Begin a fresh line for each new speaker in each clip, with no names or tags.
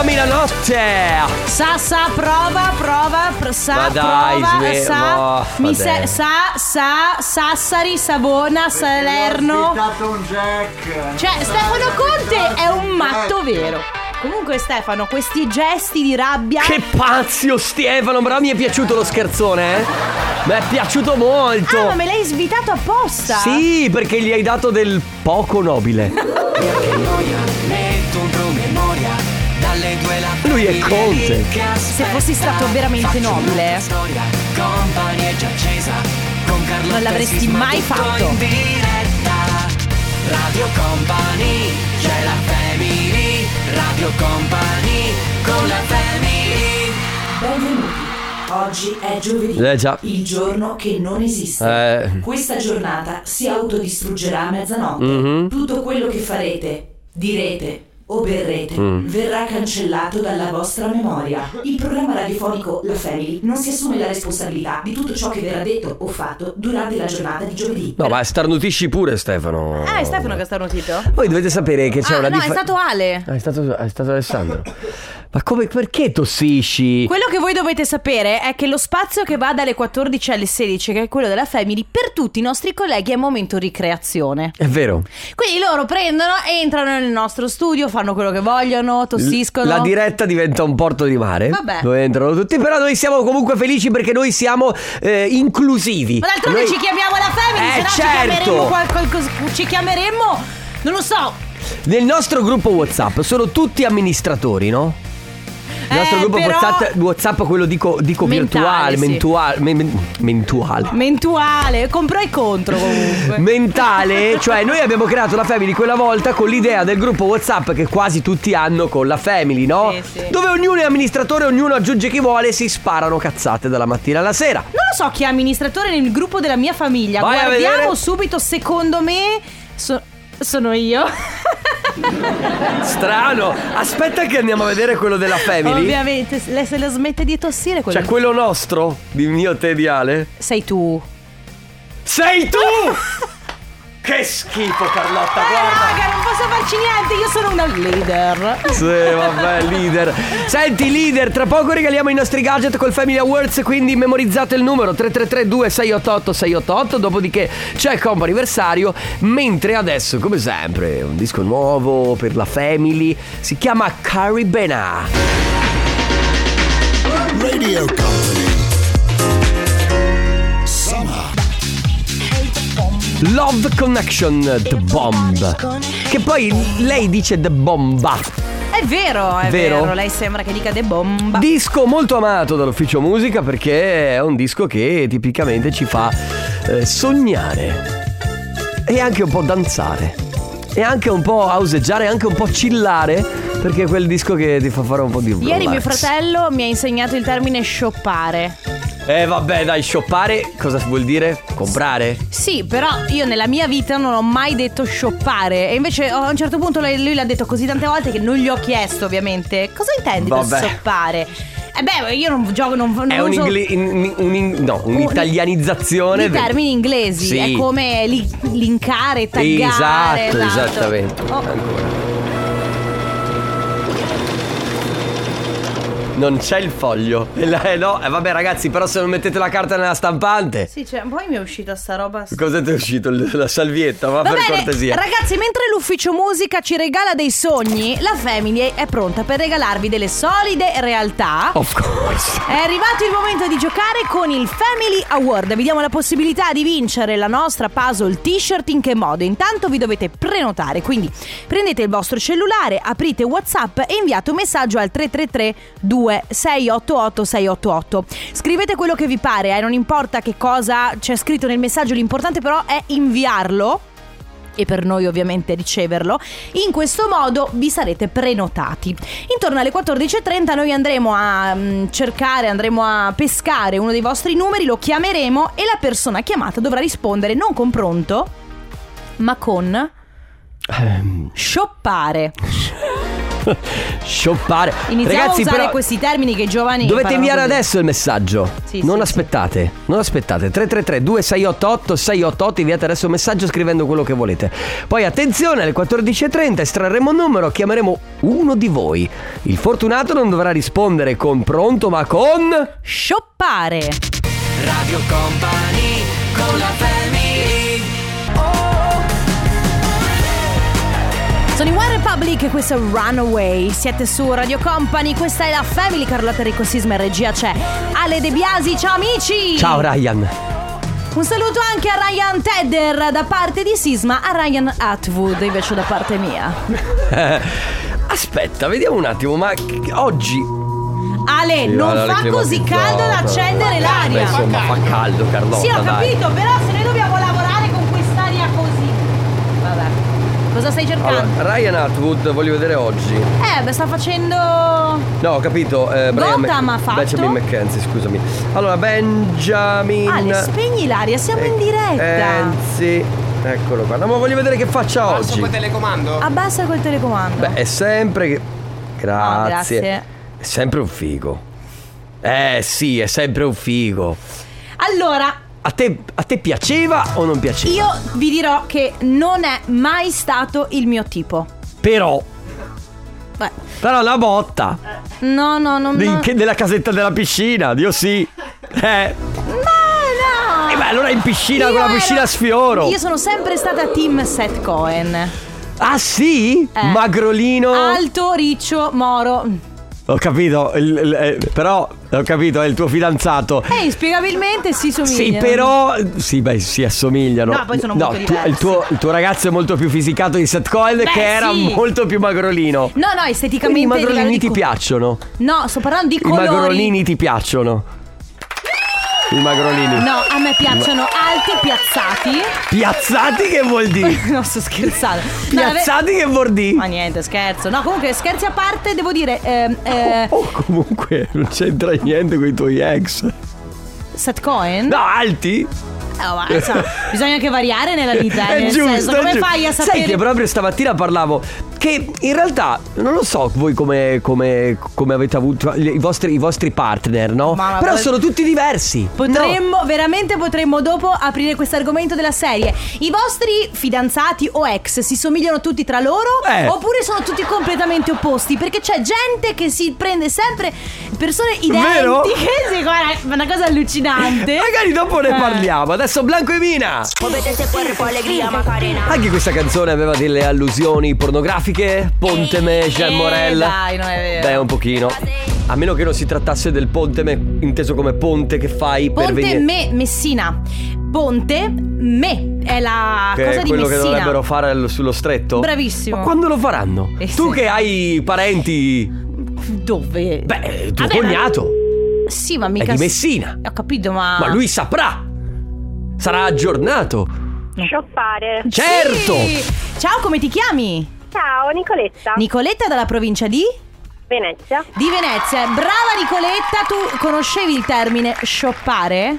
Dammi la notte!
Sa, sa, prova, prova, pr- sa,
Ma dai,
prova,
sve-
sa,
ma-
mi
vabbè.
se- sa, sa, Sassari, Savona, Salerno. Cioè, Stefano Conte è un matto vero. Comunque, Stefano, questi gesti di rabbia.
Che pazzo Stefano, però mi è piaciuto lo scherzone, eh? Mi è piaciuto molto!
Ah, ma me l'hai svitato apposta.
Sì, perché gli hai dato del poco nobile. Lui è Conte.
Se fossi stato veramente nobile, non l'avresti mai fatto.
Benvenuti. Oggi è giovedì,
Eh, già.
il giorno che non esiste.
Eh.
Questa giornata si autodistruggerà a mezzanotte. Tutto quello che farete, direte o berrete verrà cancellato dalla vostra memoria. Il programma radiofonico La Family non si assume la responsabilità di tutto ciò che verrà detto o fatto durante la giornata di giovedì.
No, ma starnutisci pure Stefano.
Ah, è Stefano che sta notito?
Voi dovete sapere che c'è
Ah,
una
no, è
differenza.
stato Ale.
è stato è stato Alessandro. Ma come perché tossisci?
Quello che voi dovete sapere è che lo spazio che va dalle 14 alle 16, che è quello della Family, per tutti i nostri colleghi è momento ricreazione.
È vero.
Quindi loro prendono, entrano nel nostro studio, fanno quello che vogliono, tossiscono.
La diretta diventa un porto di mare.
Vabbè.
Dove entrano tutti. Però noi siamo comunque felici perché noi siamo eh, inclusivi.
Ma d'altronde
Noi-
ci chiamiamo la Family,
Eh,
se no
certo.
ci chiameremmo qual- qualcos- ci chiameremmo non lo so.
Nel nostro gruppo WhatsApp sono tutti amministratori, no? Il nostro
Eh,
gruppo
però-
WhatsApp, WhatsApp, quello dico, dico
Mentale,
virtuale,
sì.
mentuale, men- men- mentuale.
Mentuale, compro e contro comunque.
Mentale, cioè noi abbiamo creato la family quella volta con l'idea del gruppo WhatsApp che quasi tutti hanno con la family, no?
Sì, sì.
Dove ognuno è amministratore, ognuno aggiunge chi vuole e si sparano cazzate dalla mattina alla sera.
Non lo so chi è amministratore nel gruppo della mia famiglia.
Vai a
Guardiamo
vedere.
subito, secondo me so- sono io.
Strano. Aspetta che andiamo a vedere quello della family.
Ovviamente, se- lei se la smette di tossire quello
Cioè quello nostro, di mio tediale.
sei tu.
Sei tu! che schifo Carlotta,
Eh,
Ah, guarda.
raga, non posso farci niente, io sono una leader.
Sì, vabbè, leader. Senti, leader, tra poco regaliamo i nostri gadget col Family Awards, quindi memorizzate il numero 333-2688-688, dopodiché c'è il compo anniversario, mentre adesso, come sempre, un disco nuovo per la Family, si chiama Caribena.
Radio Company. Summer.
Love Connection The Bomb. Che poi lei dice The Bomba.
È vero, è vero.
Vero?
Lei sembra che dica de bomba.
Disco molto amato dall'ufficio musica perché è un disco che tipicamente ci fa eh, sognare e anche un po' danzare e anche un po' auseggiare, anche un po' chillare perché è quel disco che ti fa fare un po' di relax.
Ieri mio fratello mi ha insegnato il termine shoppare.
Eh vabbè, dai, shoppare cosa vuol dire? Comprare?
Sì, però io nella mia vita non ho mai detto shoppare. E invece a un certo punto lei- lui l'ha detto così tante volte che non gli ho chiesto, ovviamente. Cosa intendi
Vabbè.
per shoppare? E beh, io non gioco, non, non
È un
uso
ingle- in- in- un in- no, un'italianizzazione
i
del-
termini inglesi.
Sì.
È come li- linkare, taggare.
Esatto, esattamente.
Oh,
Ancora. Non c'è il foglio. E la- eh, no, eh, vabbè ragazzi, però se non mettete la carta nella stampante.
sì, cioè, poi mi è uscita sta roba.
Cosa ti è uscito? Il- La salvietta, ma
Va
per
bene,
cortesia.
ragazzi, mentre l'ufficio musica ci regala dei sogni, la Family è pronta per regalarvi delle solide realtà.
of course.
È arrivato il momento di giocare con il Family Award. Vi diamo la possibilità di vincere la nostra puzzle t-shirt in che modo? Intanto vi dovete prenotare, quindi prendete il vostro cellulare, aprite WhatsApp e inviate un messaggio al 333 2688 688. Scrivete quello che vi pare, eh, non importa che cosa c'è scritto nel messaggio, l'importante però è inviarlo e per noi ovviamente riceverlo. In questo modo vi sarete prenotati. Intorno alle 14.30 noi andremo a mm, cercare, andremo a pescare uno dei vostri numeri, lo chiameremo e la persona chiamata dovrà rispondere non con pronto,
Ehm.
ma con shoppare.
Shoppare.
Iniziamo
Ragazzi,
a usare
però,
questi termini che i giovani
Dovete
imparano
inviare
così.
adesso il messaggio.
Sì,
non
sì,
aspettate, non aspettate. 333 2688 688 inviate adesso un messaggio scrivendo quello che volete. Poi attenzione, alle 14:30 estrarremo un numero, chiameremo uno di voi. Il fortunato non dovrà rispondere con pronto, ma con
Shoppare
Radio Company con la
Sono in One Republic e questo è Runaway Siete su Radio Company, questa è la Family Carlotta Ricco Sisma in regia c'è Ale De Biasi, ciao amici
Ciao Ryan.
Un saluto anche a Ryan Tedder da parte di Sisma, a Ryan Atwood invece da parte mia.
Aspetta, vediamo un attimo, ma oggi
Ale, non fa così caldo ad accendere
Beh,
l'aria.
insomma, fa caldo Carlotta,
Sì, ho
dai.
capito, però se noi dobbiamo lavorare con quest'aria così. Vabbè. Cosa stai cercando?
Allora, Ryan Atwood voglio vedere oggi.
Eh, beh, sta facendo
No, ho capito. Eh, Brian
Gotham
Mc-
ha fatto.
Benjamin McKenzie, scusami. Allora, Benjamin.
Ale, spegni l'aria, siamo
Eh,
in diretta.
Enzi. Eccolo qua. No, ma voglio vedere che faccia oggi.
Abbassa col telecomando.
Beh, è sempre. che- Grazie.
Ah, grazie.
È sempre un figo. Eh sì, è sempre un figo.
Allora,
A te, a te piaceva o non piaceva?
io vi dirò che non è mai stato il mio tipo.
Però.
Beh,
Però la botta
no, no, non
di-
no.
che della casetta della piscina, Dio sì. Eh.
Ma no!
E beh, allora in piscina
Io
con la
ero-
piscina a sfioro.
Io sono sempre stata team Seth Cohen.
Ah sì?
Eh.
Magrolino.
Alto, riccio, moro.
Ho capito, il- il- eh, però ho capito, è il tuo fidanzato.
E Eh, inspiegabilmente si
Sì,
somigliano.
però. Sì, beh, si assomigliano.
eh. No, poi sono molto
tu-
diversi.
il, tuo, il tuo ragazzo è molto più fisicato di Seth Cohen, che era
sì.
molto più magrolino.
No, no,
Quindi
esteticamente.
i
livello
magrolini
di
ti
co-
piacciono.
No, sto parlando di
I
colori.
magrolini ti piacciono. I magrolini.
No, a me piacciono alti piazzati.
Piazzati che vuol dire?
No, sto scherzando. No, vabbè-
Piazzati che vuol
Ma
dire?
niente, scherzo. No, comunque, scherzi a parte, devo dire. ehm, eh,
Oh, comunque non c'entra niente con i tuoi ex.
Seth Cohen.
No, alti?
Oh, ma, insomma, bisogna anche variare nella vita. eh,
è
nel
giusto,
senso,
è
come
giusto.
fai a
Sai che
sapere?
proprio stamattina parlavo che in realtà non lo so voi come, come- come avete avuto i vostri, i vostri partner, no?
Ma- ma
Però
poi-
sono tutti diversi. No.
Potremmo, veramente potremmo dopo aprire questo argomento della serie. I vostri fidanzati o ex si somigliano tutti tra loro?
Eh.
Oppure sono tutti completamente opposti? Perché c'è gente che si prende sempre persone
Vero?
identiche. Sì, guarda, è una cosa allucinante.
Magari dopo
Eh.
ne parliamo. Adesso Blanco e Mina. Anche questa canzone aveva delle allusioni pornografiche. Ponteme, Jean
eh,
Morel.
dai, non è vero.
Beh, un pochino. A meno che non si trattasse del ponteme inteso come ponte che fai per
Ponte
venire.
me, Messina. Ponte me. È la
Che
cosa
è
di
quello
Messina.
che dovrebbero fare al- sullo stretto?
Bravissimo.
Ma quando lo faranno?
Eh,
tu
sì.
che hai parenti.
Dove?
Beh, tuo
Vabbè, ma-
cognato
Sì, ma
è
mica.
di Messina.
Ho capito, ma.
Ma lui saprà. Sarà aggiornato.
Shoppare.
Sì!
Certo!
Ciao, come ti chiami?
Ciao Nicoletta.
Nicoletta dalla provincia di?
Venezia.
Di Venezia. Brava Nicoletta, tu conoscevi il termine shoppare?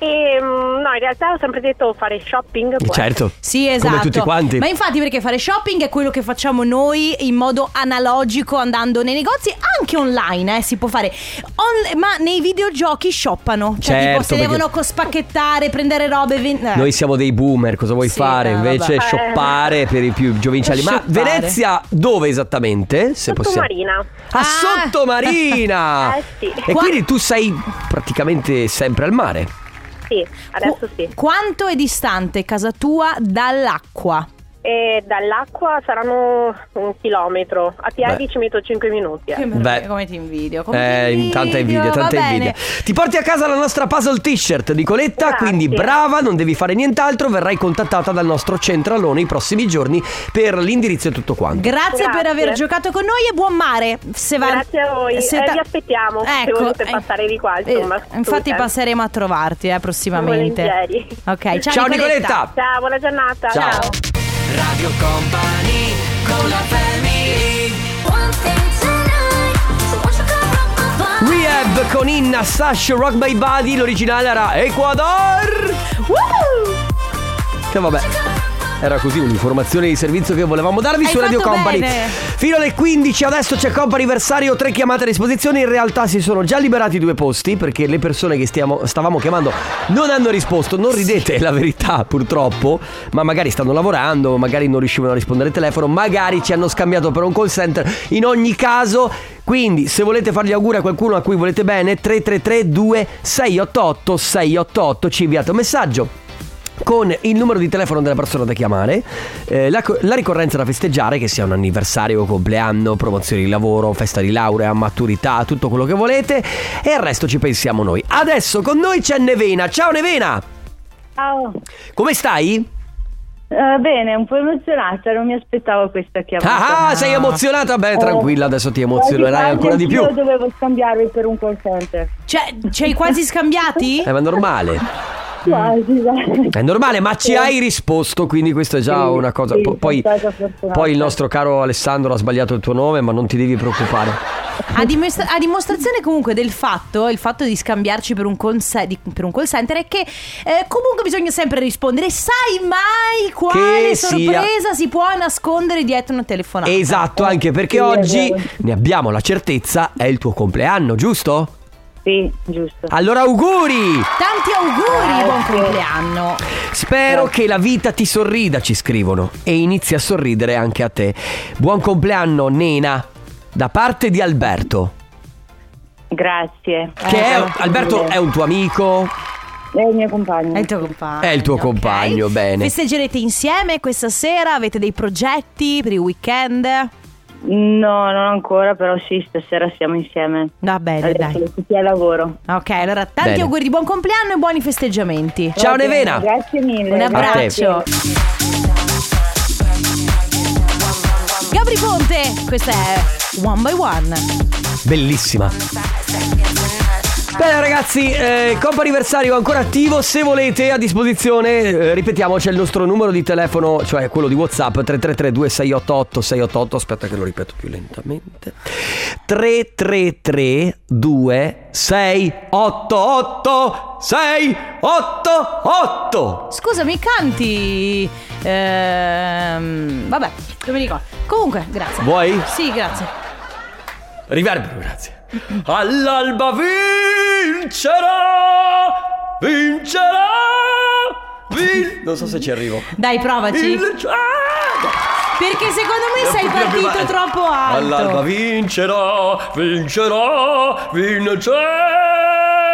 E mm, no, in realtà ho sempre detto fare shopping. può
Certo.
Sì, esatto.
Come tutti quanti.
Ma infatti perché fare shopping è quello che facciamo noi in modo analogico andando nei negozi, anche online, eh, si può fare. On- ma nei videogiochi shoppano, cioè
Certo,
tipo se
perché-
devono co- spacchettare, prendere robe, ven- eh.
Noi siamo dei boomer, cosa vuoi
Sì,
fare?
eh,
Invece
vabbè. Eh.
shoppare per i più giovinciali. Ma
Shoppare.
Venezia dove esattamente? Se
essere.
possiamo.
Sottomarina.
A
Ah.
Sottomarina!
Eh, sì.
E
Qua-
quindi tu sei praticamente sempre al mare.
Sì, adesso
Uh.
Qu-
sì.
Quanto è distante casa tua dall'acqua?
E dall'acqua saranno un chilometro. A piedi
Beh.
ci metto 5 minuti. eh.
Che
meraviglia, Beh.
come ti invidio.
eh, in- tanta invidia, tanta invidia. Ti porti a casa la nostra puzzle t-shirt, Nicoletta.
Grazie.
Quindi brava, non devi fare nient'altro. Verrai contattata dal nostro centralone i prossimi giorni per l'indirizzo e tutto quanto.
Grazie, per
Grazie.
aver giocato con noi e buon mare. Se va-
Grazie a voi.
se
Eh, vi aspettiamo, se volete
eh,
passare di qua, insomma,
eh, infatti
tutte.
passeremo a trovarti eh, prossimamente.
Volentieri.
Ok, ciao,
Ciao,
Nicoletta.
Nicoletta.
Ciao, buona giornata.
Ah. Ciao. Radio Company con la Rehab con Inna Sash Rock My Body, l'originale era Ecuador.
Woo!
Che vabbè. Era così un'informazione di servizio che volevamo darvi
Hai
su Radio
fatto
Company.
bene.
Fino alle 15, adesso c'è Company Versario, tre chiamate a disposizione. In realtà si sono già liberati due posti perché le persone che stiamo- stavamo chiamando non hanno risposto. Non ridete, è la verità, purtroppo. Ma magari stanno lavorando, magari non riuscivano a rispondere al telefono, magari ci hanno scambiato per un call center. In ogni caso, quindi se volete fargli auguri a qualcuno a cui volete bene, 333-2688-688 ci inviate un messaggio con il numero di telefono della persona da chiamare, eh, la, co- la ricorrenza da festeggiare, che sia un anniversario, compleanno, promozione di lavoro, festa di laurea, maturità, tutto quello che volete, e il resto ci pensiamo noi. Adesso con noi c'è Nevena. Ciao Nevena!
Ciao,
Come stai?
Eh, bene, un po' emozionata, non mi aspettavo questa chiamata.
Ah, ah, sei emozionata? Beh, tranquilla, adesso ti emozionerai ancora di più.
Eh, Io dovevo scambiarmi per un call center.
Cioè, ci hai quasi scambiati?
Eh, ma è normale,
Quasi, dai.
è normale, ma ci hai risposto, quindi questa è già
Sì,
una cosa.
sì,
Po- poi,
sono stata fortunata.
poi il nostro caro Alessandro ha sbagliato il tuo nome, ma non ti devi preoccupare.
A, dimestra- a dimostrazione comunque del fatto, il fatto di scambiarci per un, conse- di- per un call center è che eh, comunque bisogna sempre rispondere. Sai mai quale
Che sia.
sorpresa si può nascondere dietro una telefonata?
Esatto, anche perché
Sì, è
oggi
vero.
ne abbiamo la certezza, è il tuo compleanno, giusto?
Sì, giusto.
Allora auguri!
Tanti auguri, buon compleanno.
Spero che la vita ti sorrida, ci scrivono, e inizi a sorridere anche a te. Buon compleanno, Nena, da parte di Alberto.
Grazie.
Che è,
grazie
Alberto
mille.
è un tuo amico?
È il mio compagno.
È il tuo compagno.
È il tuo
ok?
compagno, bene.
Festeggerete insieme questa sera? Avete dei progetti per il weekend?
No, non ancora, però sì, stasera siamo insieme.
Va bene, Eh, dai.
Adesso tutti al lavoro.
Ok, allora tanti
Bene.
auguri di buon compleanno e buoni festeggiamenti.
Ciao
Va bene,
Nevena!
Grazie mille.
Un
te.
abbraccio. Gabri Ponte, questa è One by One.
Bellissima. Bene ragazzi, eh, Coppa Anniversario ancora attivo, se volete a disposizione, eh, ripetiamo, c'è il nostro numero di telefono, cioè quello di Whatsapp, 333-2688-688, aspetta che lo ripeto più lentamente, 333-2688-688.
Scusami, canti. Ehm, vabbè, non mi ricordo. Comunque, grazie.
Vuoi?
Sì, grazie.
Riverbero, grazie. All'alba vincerà, vincerà, vin- Non so se ci arrivo.
Dai, provaci.
Il cielo-
Perché secondo me sei
Più
partito
avanti.
troppo alto.
All'alba vincerà, vincerà, vincerà.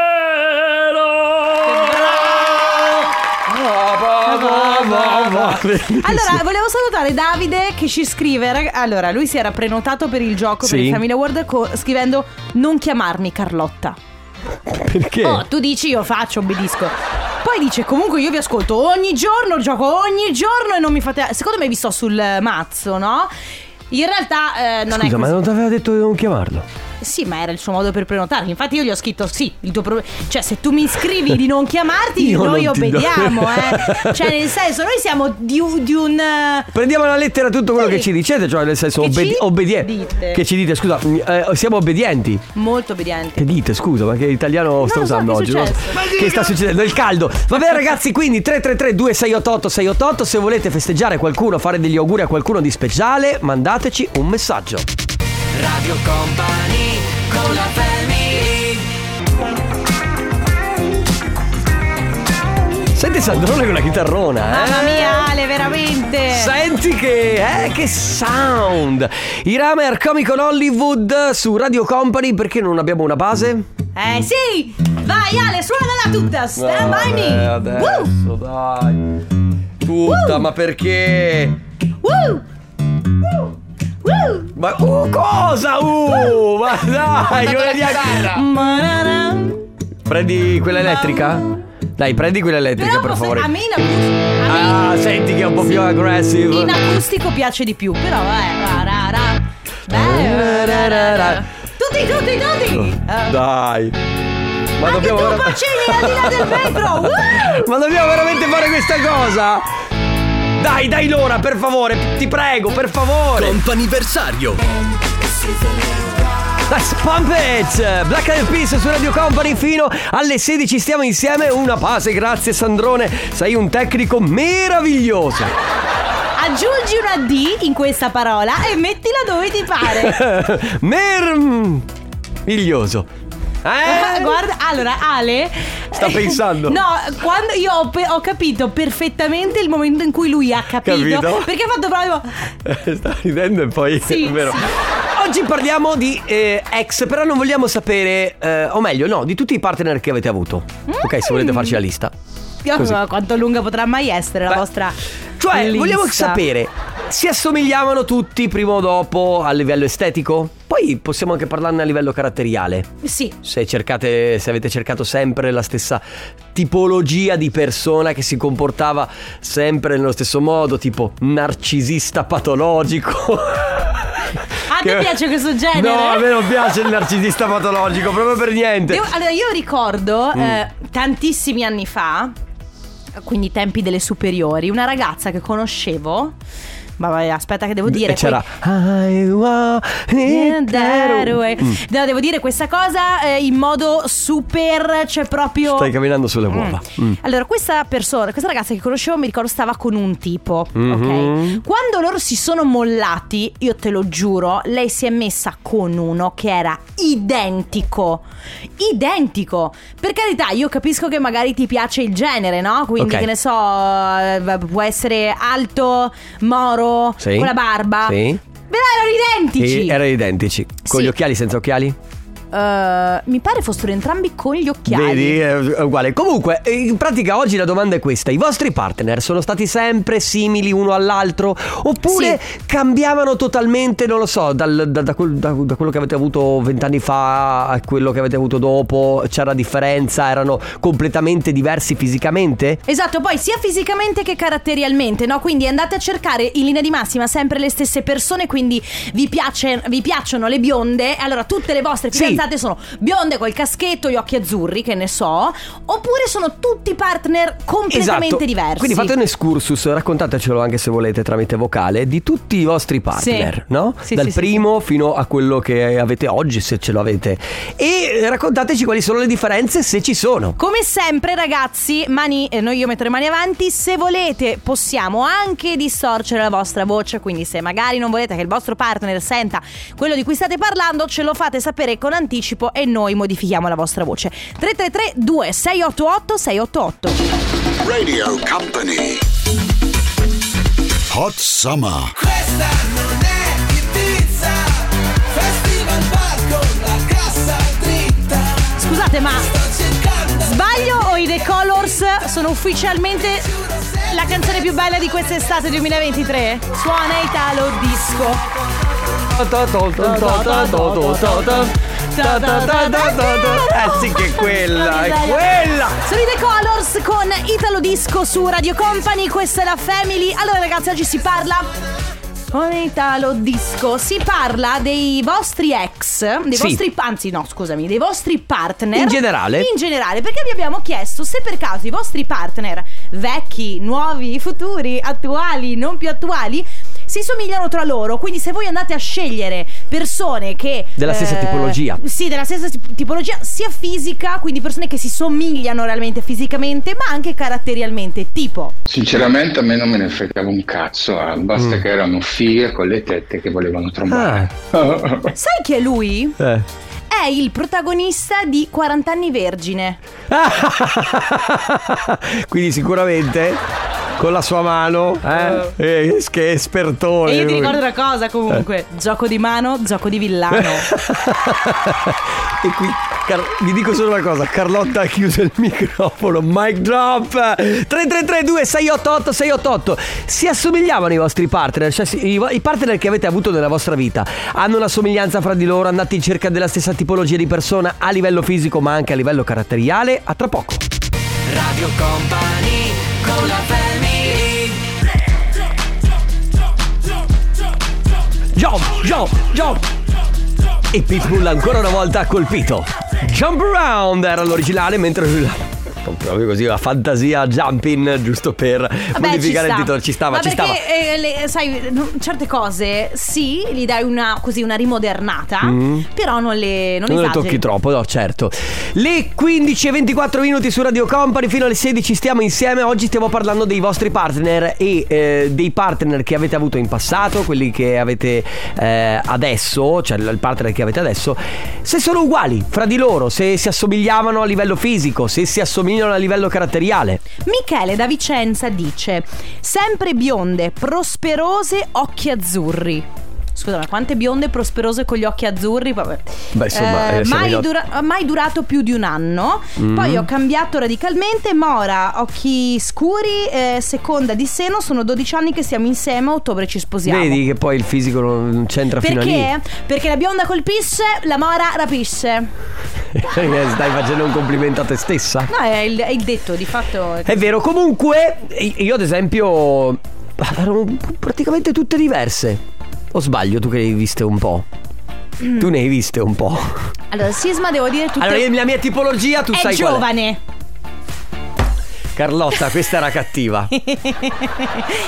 Va, va, va, va.
Allora, volevo salutare Davide che ci scrive. rag- allora, lui si era prenotato per il gioco per
Sì.
il Family Award co- scrivendo: Non chiamarmi Carlotta.
Perché?
Oh, tu dici io faccio, obbedisco. Poi dice: Comunque io vi ascolto ogni giorno, gioco ogni giorno e non mi fate. Secondo me vi sto sul eh, mazzo, no? In realtà eh, non è
Scusa,
così.
ma non ti aveva detto di non chiamarlo?
Sì, ma era il suo modo per prenotarmi. Infatti, io gli ho scritto: Sì, il tuo problema. Cioè, se tu mi scrivi di non chiamarti,
Io
noi
non ti do-
obbediamo, eh. Cioè, nel senso, noi siamo di, u- di un. eh,
Prendiamo alla lettera tutto quello
Sì.
che ci dicete, cioè nel senso
Che ci
obbedi- obbedienti.
dite.
Che ci dite, scusa, mm, eh, siamo obbedienti.
Molto obbediente.
Che dite, scusa, ma che italiano sta
lo so,
usando
che è
oggi? Non lo so.
successo?
Che sta succedendo? Il caldo. Va bene ragazzi, quindi 333-2688-688, se volete festeggiare qualcuno, fare degli auguri a qualcuno di speciale, mandateci un messaggio. Radio Company con la Senti Sandrone con la chitarrona, eh?
Mamma mia, Ale, veramente.
Senti che, eh, che sound! I Ramer Comic Con Hollywood su Radio Company perché non abbiamo una base?
Eh, sì. Vai, Ale, suonala tutta. Stand by me. Woo,
Eh, dai. Tutta,
Woo!
ma perché?
woo, woo.
Ma uh, cosa? Uh, ma dai, non è neanche-
Ma-ra-ra.
Prendi quella elettrica? Dai, prendi quella elettrica
Però
per
posso-
favore.
a me in acus- a me
Ah, senti che è un po' più aggressive.
in acustico piace di più, però eh, vabbè. ra-ra-ra.
Oh,
Beh, ra-ra-ra. Tutti, tutti, tutti. Eh,
Dai. Ma
Anche tu
dobbiamo vera-
facili al di là del metro. Woo!
Ma dobbiamo veramente fare questa cosa? Dai, dai l'ora, per favore, ti prego, per favore.
Comp'anniversario
Let's pump it! Black Eyed Peas su Radio Company fino alle 16 stiamo insieme, una pace, grazie Sandrone, sei un tecnico meraviglioso.
Aggiungi una D in questa parola e mettila dove ti pare.
Meraviglioso.
Ah,
mm, Eh?
Guarda, allora Ale eh,
Sta pensando.
No, quando io ho, pe- ho capito perfettamente il momento in cui lui ha capito,
Capito?
Perché ha fatto proprio
Sta ridendo e poi
Sì,
è vero.
sì.
Oggi parliamo di eh, ex, però non vogliamo sapere, eh, o meglio, no, di tutti i partner che avete avuto. Ok, se volete farci la lista.
Io
Così.
so Quanto lunga potrà mai essere Mm. la
Beh,
vostra
Cioè,
lista.
vogliamo sapere, si assomigliavano tutti prima o dopo a livello estetico? Poi possiamo anche parlarne a livello caratteriale.
Sì
Se, cercate, se avete cercato sempre la stessa tipologia di persona che si comportava sempre nello stesso modo, tipo narcisista patologico.
Ah, ti piace questo genere?
No, a me non piace il narcisista patologico, proprio per niente.
Devo- ah, allora, io ricordo
Mm.
eh, tantissimi anni fa, quindi tempi delle superiori, una ragazza che conoscevo. Ma vai, aspetta, che devo
Mm,
dire.
E c'era I want
poi-
it that
ecco.
way. Mm.
No, devo dire questa cosa eh, in modo super, cioè proprio.
Stai camminando sulle uova. Mm.
Allora, questa persona, questa ragazza che conoscevo, mi ricordo stava con un tipo,
Mhm.
ok? Quando loro si sono mollati, io te lo giuro, lei si è messa con uno che era identico. Identico. Per carità, io capisco che magari ti piace il genere, no? Quindi
Ok.
che ne so, eh, può essere alto, moro,
Sì.
con la barba.
Sì. er
Però erano identici.
Sì, erano identici. Con
Ah, Sì.
gli occhiali, senza occhiali?
Eh, mi pare fossero entrambi con gli occhiali.
Vedi, è è uguale. Comunque, eh, in pratica oggi la domanda è questa: i vostri partner sono stati sempre simili uno all'altro? Oppure cambiavano totalmente, non lo so, dal- da, da quel- da- da quello che avete avuto vent'anni fa a quello che avete avuto dopo? C'era differenza? Erano completamente diversi fisicamente?
Esatto, poi sia fisicamente che caratterialmente, no? Quindi andate a cercare in linea di massima sempre le stesse persone, quindi vi, piace- vi piacciono le bionde, e allora tutte le vostre
Sì.
fidanzate sono bionde col caschetto, gli occhi azzurri, che ne so, oppure sono tutti partner completamente
Esatto.
diversi.
Quindi fate un excursus, raccontatecelo anche se volete tramite vocale, di tutti i vostri partner,
Sì.
no?
Sì,
Dal
sì, sì,
primo fino a quello che avete oggi, se ce lo avete. E raccontateci quali sono le differenze, se ci sono.
Come sempre ragazzi, mani, eh, noi io metto le mani avanti, se volete possiamo anche distorcere la vostra voce, quindi se magari non volete che il vostro partner senta quello di cui state parlando, ce lo fate sapere con anticipo e noi modifichiamo la vostra voce. 333 2688 688.
Radio Company. Hot Summer.
Scusate ma sbaglio o i The Colors sono ufficialmente la canzone più bella di quest'estate 2023? Suona Italo Disco.
Eh sì che è quella, è quella!
Sono i The Colors con Italo Disco su Radio Company, questa è la Family. Allora ragazzi, oggi si parla con Italo Disco, si parla dei vostri ex, dei
Sì.
vostri anzi no, scusami, dei vostri partner.
In generale.
In generale, perché vi abbiamo chiesto se per caso i vostri partner vecchi, nuovi, futuri, attuali, non più attuali si somigliano tra loro, quindi se voi andate a scegliere persone che eh,
Della stessa tipologia.
sì, della stessa tip- tipologia, sia fisica, quindi persone che si somigliano realmente fisicamente, ma anche caratterialmente. Tipo,
Sinceramente a me non me ne fregava un cazzo, ah,
Mm.
basta che erano fighe con le tette che volevano trombare.
Ah.
sai chi è lui?
Eh.
È il protagonista di 40 anni vergine.
Quindi sicuramente con la sua mano, eh, eh, che espertone.
e io ti
lui.
ricordo una cosa
Eh.
comunque: gioco di mano, gioco di villano.
e qui Car- vi dico solo una cosa, Carlotta ha chiuso il microfono, mic drop 3332 688 688 Si assomigliavano i vostri partner, cioè si- i, vo- i partner che avete avuto nella vostra vita Hanno una somiglianza fra di loro, andate in cerca della stessa tipologia di persona a livello fisico ma anche a livello caratteriale A tra poco Radio Company con la Jump, jump, jump E Pitbull ancora una volta ha colpito Jump Around era l'originale mentre la proprio così, la fantasia jumping giusto per
Vabbè,
modificare
ci
il
sta.
titolo. Ci stava,
Ma
ci stava.
perché, eh, le- sai, n- certe cose sì, gli dai una, così, una rimodernata, però non le,
Mm. Non
non
le
esageri.
tocchi troppo, no, certo. Le 15 e 24 minuti su Radio Company fino alle 16 stiamo insieme. Oggi stiamo parlando dei vostri partner e eh, dei partner che avete avuto in passato, quelli che avete eh, adesso, cioè il partner che avete adesso, se sono uguali fra di loro, se si assomigliavano a livello fisico, se si assomigliano a livello caratteriale.
Michele da Vicenza dice: Sempre bionde, prosperose, occhi azzurri. Scusa, ma quante bionde prosperose con gli occhi azzurri? Vabbè.
Beh, insomma, eh, siamo Mm-hmm.
mai,
in-
dura- mai durato più di un anno. Poi ho cambiato radicalmente. Ma ora occhi scuri, eh, seconda di seno. Sono 12 anni che siamo insieme. A ottobre ci sposiamo.
Vedi che poi il fisico non c'entra fino a
Perché?
lì.
Perché la bionda colpisce, la mora rapisce.
Stai facendo un complimento a te stessa?
No, è il, è il detto, di fatto.
È vero, comunque io ad esempio erano praticamente tutte diverse. O sbaglio, tu che le hai viste un po'.
Mm.
Tu ne hai viste un po'.
Allora, sisma, devo dire tutte
Allora, io- la mia tipologia, tu
è
sai qual è.
giovane.
Carlotta, questa era cattiva.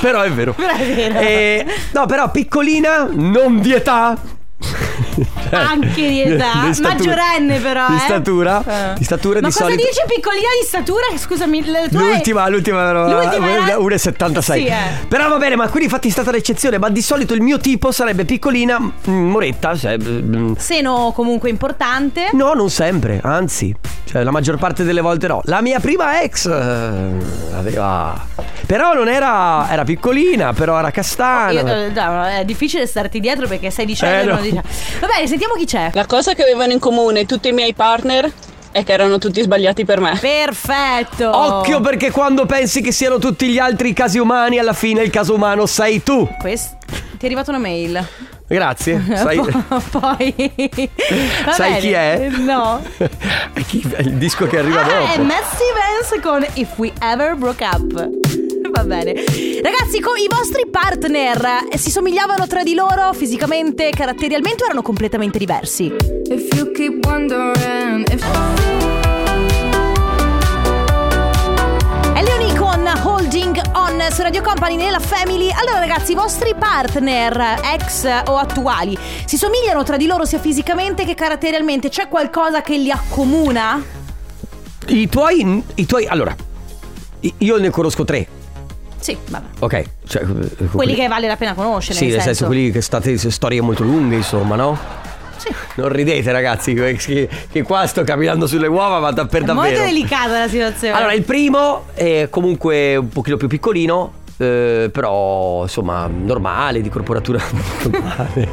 però è vero.
Però è vero.
Eh, no, però piccolina, non di età. Cioè,
Anche di età.
statura-
Maggiorenne, però,
Di
eh.
statura.
Eh.
Di statura
Ma
di
cosa
solito.
dici piccolina di statura? Scusami, la tua è-
L'ultima, l'ultima era
L'ultima era-
1,76.
Sì, eh.
Però va bene, ma quindi infatti è stata l'eccezione. Ma di solito il mio tipo sarebbe piccolina, mm, moretta. cioè, mm,
Seno comunque importante.
no, non sempre, anzi, cioè, la maggior parte delle volte no. La mia prima ex eh, aveva. Però non era. Era piccolina, però era castana.
Io- eh, no, è difficile starti dietro perché stai dicendo
Eh, no.
non dici- Va bene, sentiamo chi c'è.
La cosa che avevano in comune tutti i miei partner è che erano tutti sbagliati per me.
Perfetto.
Occhio perché quando pensi che siano tutti gli altri i casi umani, alla fine il caso umano sei tu.
Quest- Ti è arrivata una mail.
Grazie. Sai,
Po- Poi. Va
sai
bene.
chi è?
No.
Chi- il disco che arriva dopo.
Ah, è Matt Stevens con If We Ever Broke Up. Va bene. Ragazzi, co- i vostri partner eh, si somigliavano tra di loro fisicamente, caratterialmente o erano completamente diversi? È Leoni con Holding On su Radio Company nella Family. Allora ragazzi, i vostri partner, ex o attuali, si somigliano tra di loro sia fisicamente che caratterialmente? C'è qualcosa che li accomuna?
I tuoi, i tuoi, allora, i- io ne conosco tre,
Sì, vabbè.
ok? Cioè,
Quelli che vale la pena conoscere.
Sì, nel senso, quelli che state su storie molto lunghe, insomma, no?
Sì.
Non ridete ragazzi, che, che qua sto camminando sulle uova, ma da- per
È
davvero.
molto eh. delicata la situazione.
Allora, il primo è comunque un pochino più piccolino, eh, però insomma normale, di corporatura normale.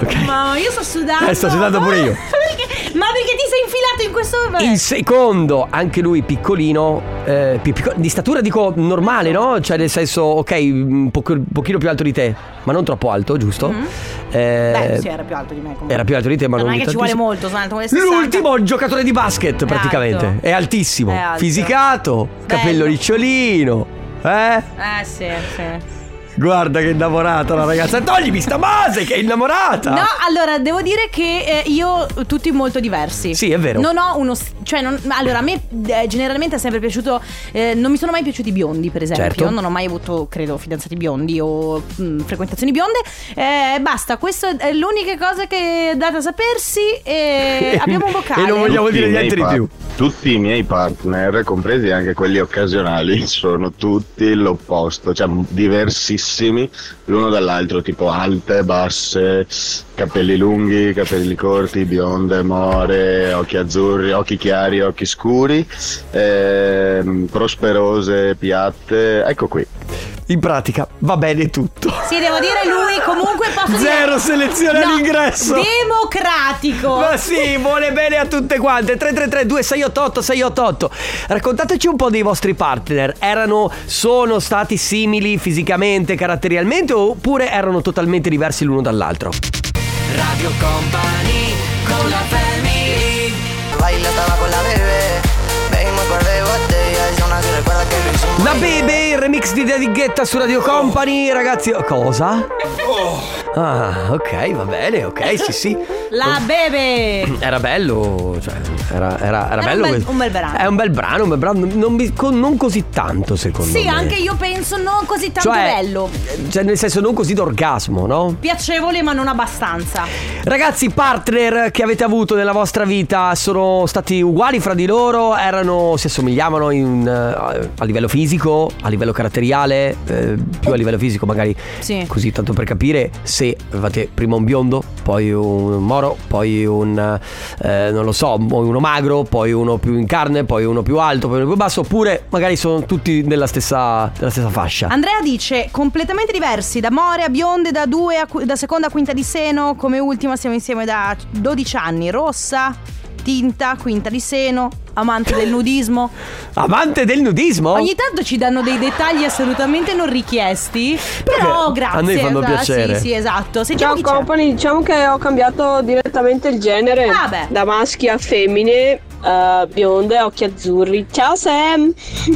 ok.
Ma io sto sudando.
Eh, sto sudando pure io.
Ma perché, ma perché ti sei infilato in questo. Vabbè.
Il secondo, anche lui piccolino, eh, pi- picco- di statura dico normale, no? Cioè nel senso, ok, un poco- un pochino più alto di te, ma non troppo alto, giusto? Eh,
Mm-hmm. Beh, sì, era più alto di me. Comunque.
Era più alto di te, ma non,
non è che ci
tantissimo.
vuole molto. Sono alto come 60.
L'ultimo giocatore di basket, praticamente.
alto.
È altissimo.
È alto.
Fisicato, capello
Bello.
ricciolino. Eh?
Eh, sì, sì.
Guarda che innamorata la ragazza. Toglimi sta base che è innamorata.
No, allora devo dire che eh, io tutti molto diversi.
Sì, è vero.
Non ho uno. s- Cioè, non- ma allora a me eh, generalmente è sempre piaciuto. eh, non mi sono mai piaciuti i biondi, per esempio.
Certo.
Non ho mai avuto, credo, fidanzati biondi o mm, frequentazioni bionde. Eh, basta, questa è l'unica cosa che è data a sapersi. E abbiamo un vocale.
E non vogliamo dire
Tutti i miei
niente di
par-
più.
Tutti i miei partner, compresi anche quelli occasionali, sono tutti l'opposto, cioè diversissimi l'uno dall'altro, tipo alte, basse, capelli lunghi, capelli corti, bionde, more, occhi azzurri, occhi chiari, occhi scuri, ehm, prosperose, piatte, ecco qui.
In pratica va bene tutto.
Sì, devo dire lui comunque posso dire-
Zero selezione
No,
all'ingresso.
Democratico.
Ma sì, vuole bene a tutte quante. 333 2688 688. Raccontateci un po' dei vostri partner. Erano sono stati simili fisicamente, caratterialmente oppure erano totalmente diversi l'uno dall'altro? Radio Company con la La Bebe, il remix di Daddy Ghetta su Radio Company, ragazzi. Cosa? Ah, ok, va bene, ok, sì, sì.
La beve!
Era bello, cioè, era, era- era
Era
bello.
un bel-
questo.
un bel brano.
È un bel brano, un bel brano. Non, mi- con- non così tanto, secondo me.
Sì, anche io penso non così tanto
Cioè,
bello.
Cioè, nel senso, non così d'orgasmo, no?
Piacevole ma non abbastanza.
Ragazzi, partner che avete avuto nella vostra vita sono stati uguali fra di loro? Erano, si assomigliavano in, eh, a livello fisico, a livello caratteriale, eh, più a livello fisico magari.
Sì.
Così tanto per capire se avevate prima un biondo, poi un moro, poi un, eh, non lo so, poi uno magro, poi uno più in carne, poi uno più alto, poi uno più basso, oppure magari sono tutti nella stessa, nella stessa fascia.
Andrea dice completamente diversi, da more a bionde, da due a qu- da seconda a quinta di seno, come ultima siamo insieme da 12 anni, rossa, tinta, quinta di seno, amante del nudismo.
Amante del nudismo?
Ogni tanto ci danno dei dettagli assolutamente non richiesti, però grazie.
a noi fanno
Ah,
piacere.
Sì, sì, esatto. Sentiamo
Ciao
chi c'è.
company, diciamo che ho cambiato direttamente il genere
Ah, beh.
da maschi a femmine, eh, bionde, occhi azzurri. Ciao Sam!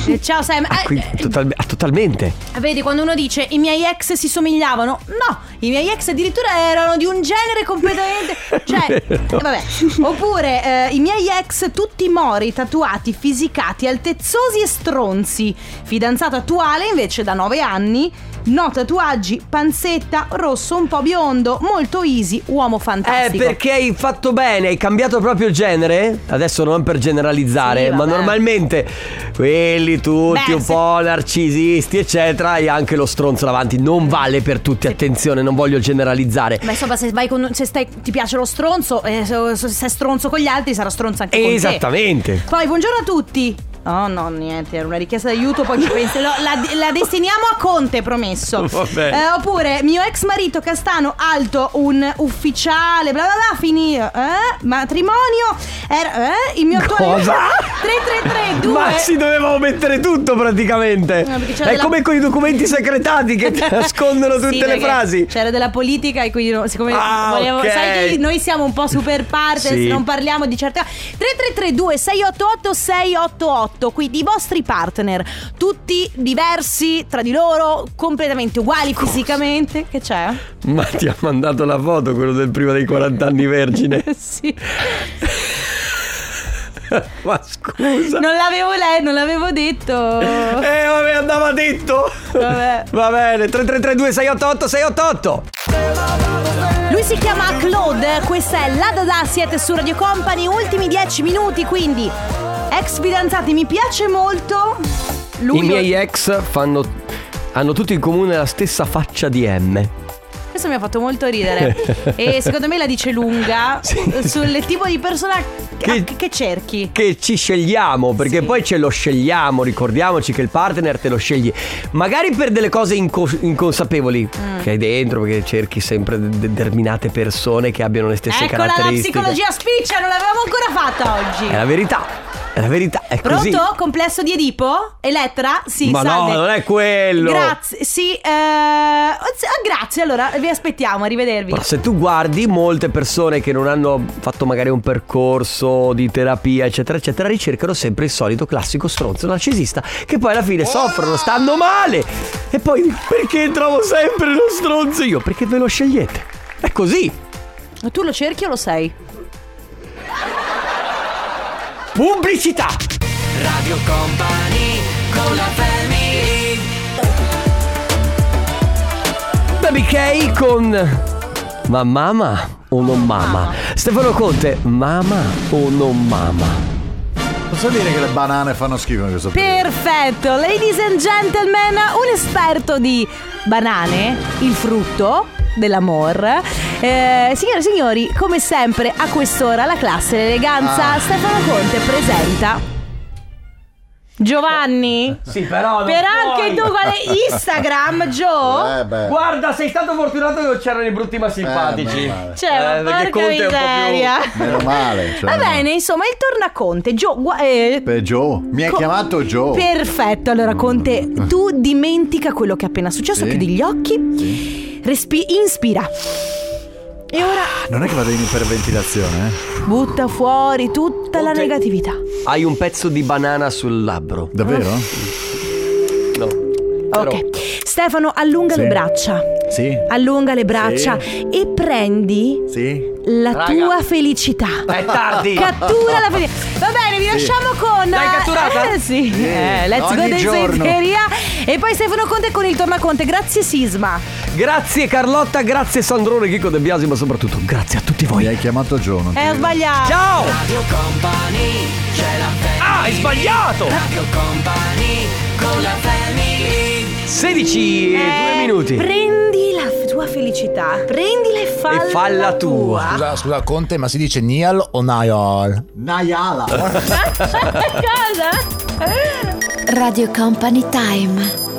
Eh, Ciao Sam.
Ah,
Eh,
qui- total- ah, totalmente.
eh, vedi, quando uno dice i miei ex si somigliavano, no, i miei ex addirittura erano di un genere completamente... Cioè, eh, vabbè. Oppure eh, i miei ex tutti mori, tatuati, fisicati, altezzosi e stronzi. Fidanzato attuale invece da 9 anni, no tatuaggi, panzetta, rosso un po' biondo, molto easy, uomo
Eh,
fantastico.
perché hai fatto bene, hai cambiato proprio il genere? Adesso non per generalizzare,
Sì,
ma
vabbè.
normalmente quelli tutti
Beh,
un
se-
po' narcisisti, eccetera, e anche lo stronzo davanti. Non vale per tutti, attenzione, non voglio generalizzare.
Ma insomma, se, vai con, se stai- ti piace lo stronzo, eh, se, se sei stronzo con gli altri, sarà stronzo anche con te.
Esattamente.
Poi, buongiorno a tutti. No, no, niente, era una richiesta d'aiuto, poi ci pensi. No, la, la destiniamo a Conte, promesso.
Vabbè.
Eh, oppure, mio ex marito castano alto, un ufficiale, bla bla bla, finì. Eh? Matrimonio. Era, eh? Il mio attuale.
Cosa?
3332.
Ma si dovevamo mettere tutto praticamente.
No, perché
È
c'era della-
come con i documenti segretati che ti nascondono
Sì,
tutte le
perché
frasi.
C'era della politica e quindi no- siccome
Ah,
volevo,
ok.
sai che noi siamo un po' super partes,
Sì.
non parliamo di certe 3332 688 688, quindi i vostri partner, tutti diversi tra di loro, completamente uguali fisicamente, che c'è?
Ma ti ha mandato la foto quello del prima dei 40 anni vergine.
sì.
ma scusa.
Non l'avevo letto, non l'avevo detto.
Eh, vabbè, andava detto.
Vabbè.
Va bene, 3332 688 688.
Lui si chiama Claude, questa è la Dada, siete su Radio Company, ultimi 10 minuti, quindi ex fidanzati mi piace molto. Lui
I miei ex fanno hanno tutti in comune la stessa faccia di M.
Questo mi ha fatto molto ridere e secondo me la dice lunga
Sì.
sul tipo di persona
Che-
che, che cerchi.
Che ci scegliamo, perché
Sì.
poi ce lo scegliamo, ricordiamoci che il partner te lo scegli. Magari per delle cose inco- inconsapevoli
Mm.
che hai dentro, perché cerchi sempre de- determinate persone che abbiano le stesse
Eccola Ecco, la
caratteristiche.
psicologia spiccia, non l'avevamo ancora fatta oggi.
È la verità, è la verità, è
Pronto?
così.
Complesso di Edipo? Elettra? Sì,
Ma
salve.
no, non è quello.
Grazie, sì, eh, ah, grazie, allora vi aspettiamo, arrivedervi.
Però se tu guardi molte persone che non hanno fatto magari un percorso di terapia eccetera eccetera ricercano sempre il solito classico stronzo narcisista che poi alla fine soffrono, stanno male e poi perché trovo sempre lo stronzo io? Perché ve lo scegliete. È così.
Ma Tu lo cerchi o lo sei?
Pubblicità. Radio Company con la Baby K con Ma mamma o non mamma? Stefano Conte, mamma o non mamma?
Posso dire che le banane fanno schifo in questo periodo?
Perfetto, ladies and gentlemen, un esperto di banane, il frutto dell'amor. Eh, signore e signori, come sempre a quest'ora la classe l'eleganza
Ah.
Stefano Conte presenta Giovanni.
Sì, però non
Per
puoi.
anche tu con Instagram, Joe.
Eh beh.
Guarda, sei stato fortunato che non c'erano i brutti ma simpatici.
Eh, meno male.
Cioè, ma
Eh, perché
porca
Conte è un po' più-
miseria.
Meno male. Cioè,
Va bene, insomma, il tornaconte. Gio, gua- eh,
Per Joe. Mi hai
Co-
chiamato Joe.
Perfetto, allora Conte, tu dimentica quello che è appena successo,
Sì.
chiudi gli occhi, respi- inspira. E ora
Non è che vado in iperventilazione, eh?
butta fuori tutta la negatività.
Hai un pezzo di banana sul labbro.
Davvero?
No. Però-
Ok. Stefano, allunga
Sì.
le braccia.
Sì.
Allunga le braccia
Sì.
e prendi
Sì.
la
Raga.
tua felicità.
È tardi.
Cattura la felicità. Va bene, vi
Sì.
lasciamo con.
L'hai catturata?
Eh, sì.
Sì.
Eh, let's
Ogni
go dance
giorno.
Pizzeria. E poi Stefano Conte con il Tornaconte. Grazie, Sisma.
Grazie Carlotta, grazie Sandrone, Chico De Biasi, ma soprattutto grazie a tutti voi. Mi hai
chiamato Giono.
Eh, ho sbagliato.
Ciao. Ah, hai sbagliato! 16 e 2
Eh,
minuti.
Prendi la f- tua felicità. Prendila e falla. tua.
Scusa, scusa, Conte, ma si dice Nial o Nial?
Nayala.
Cosa?
Radio Company Time.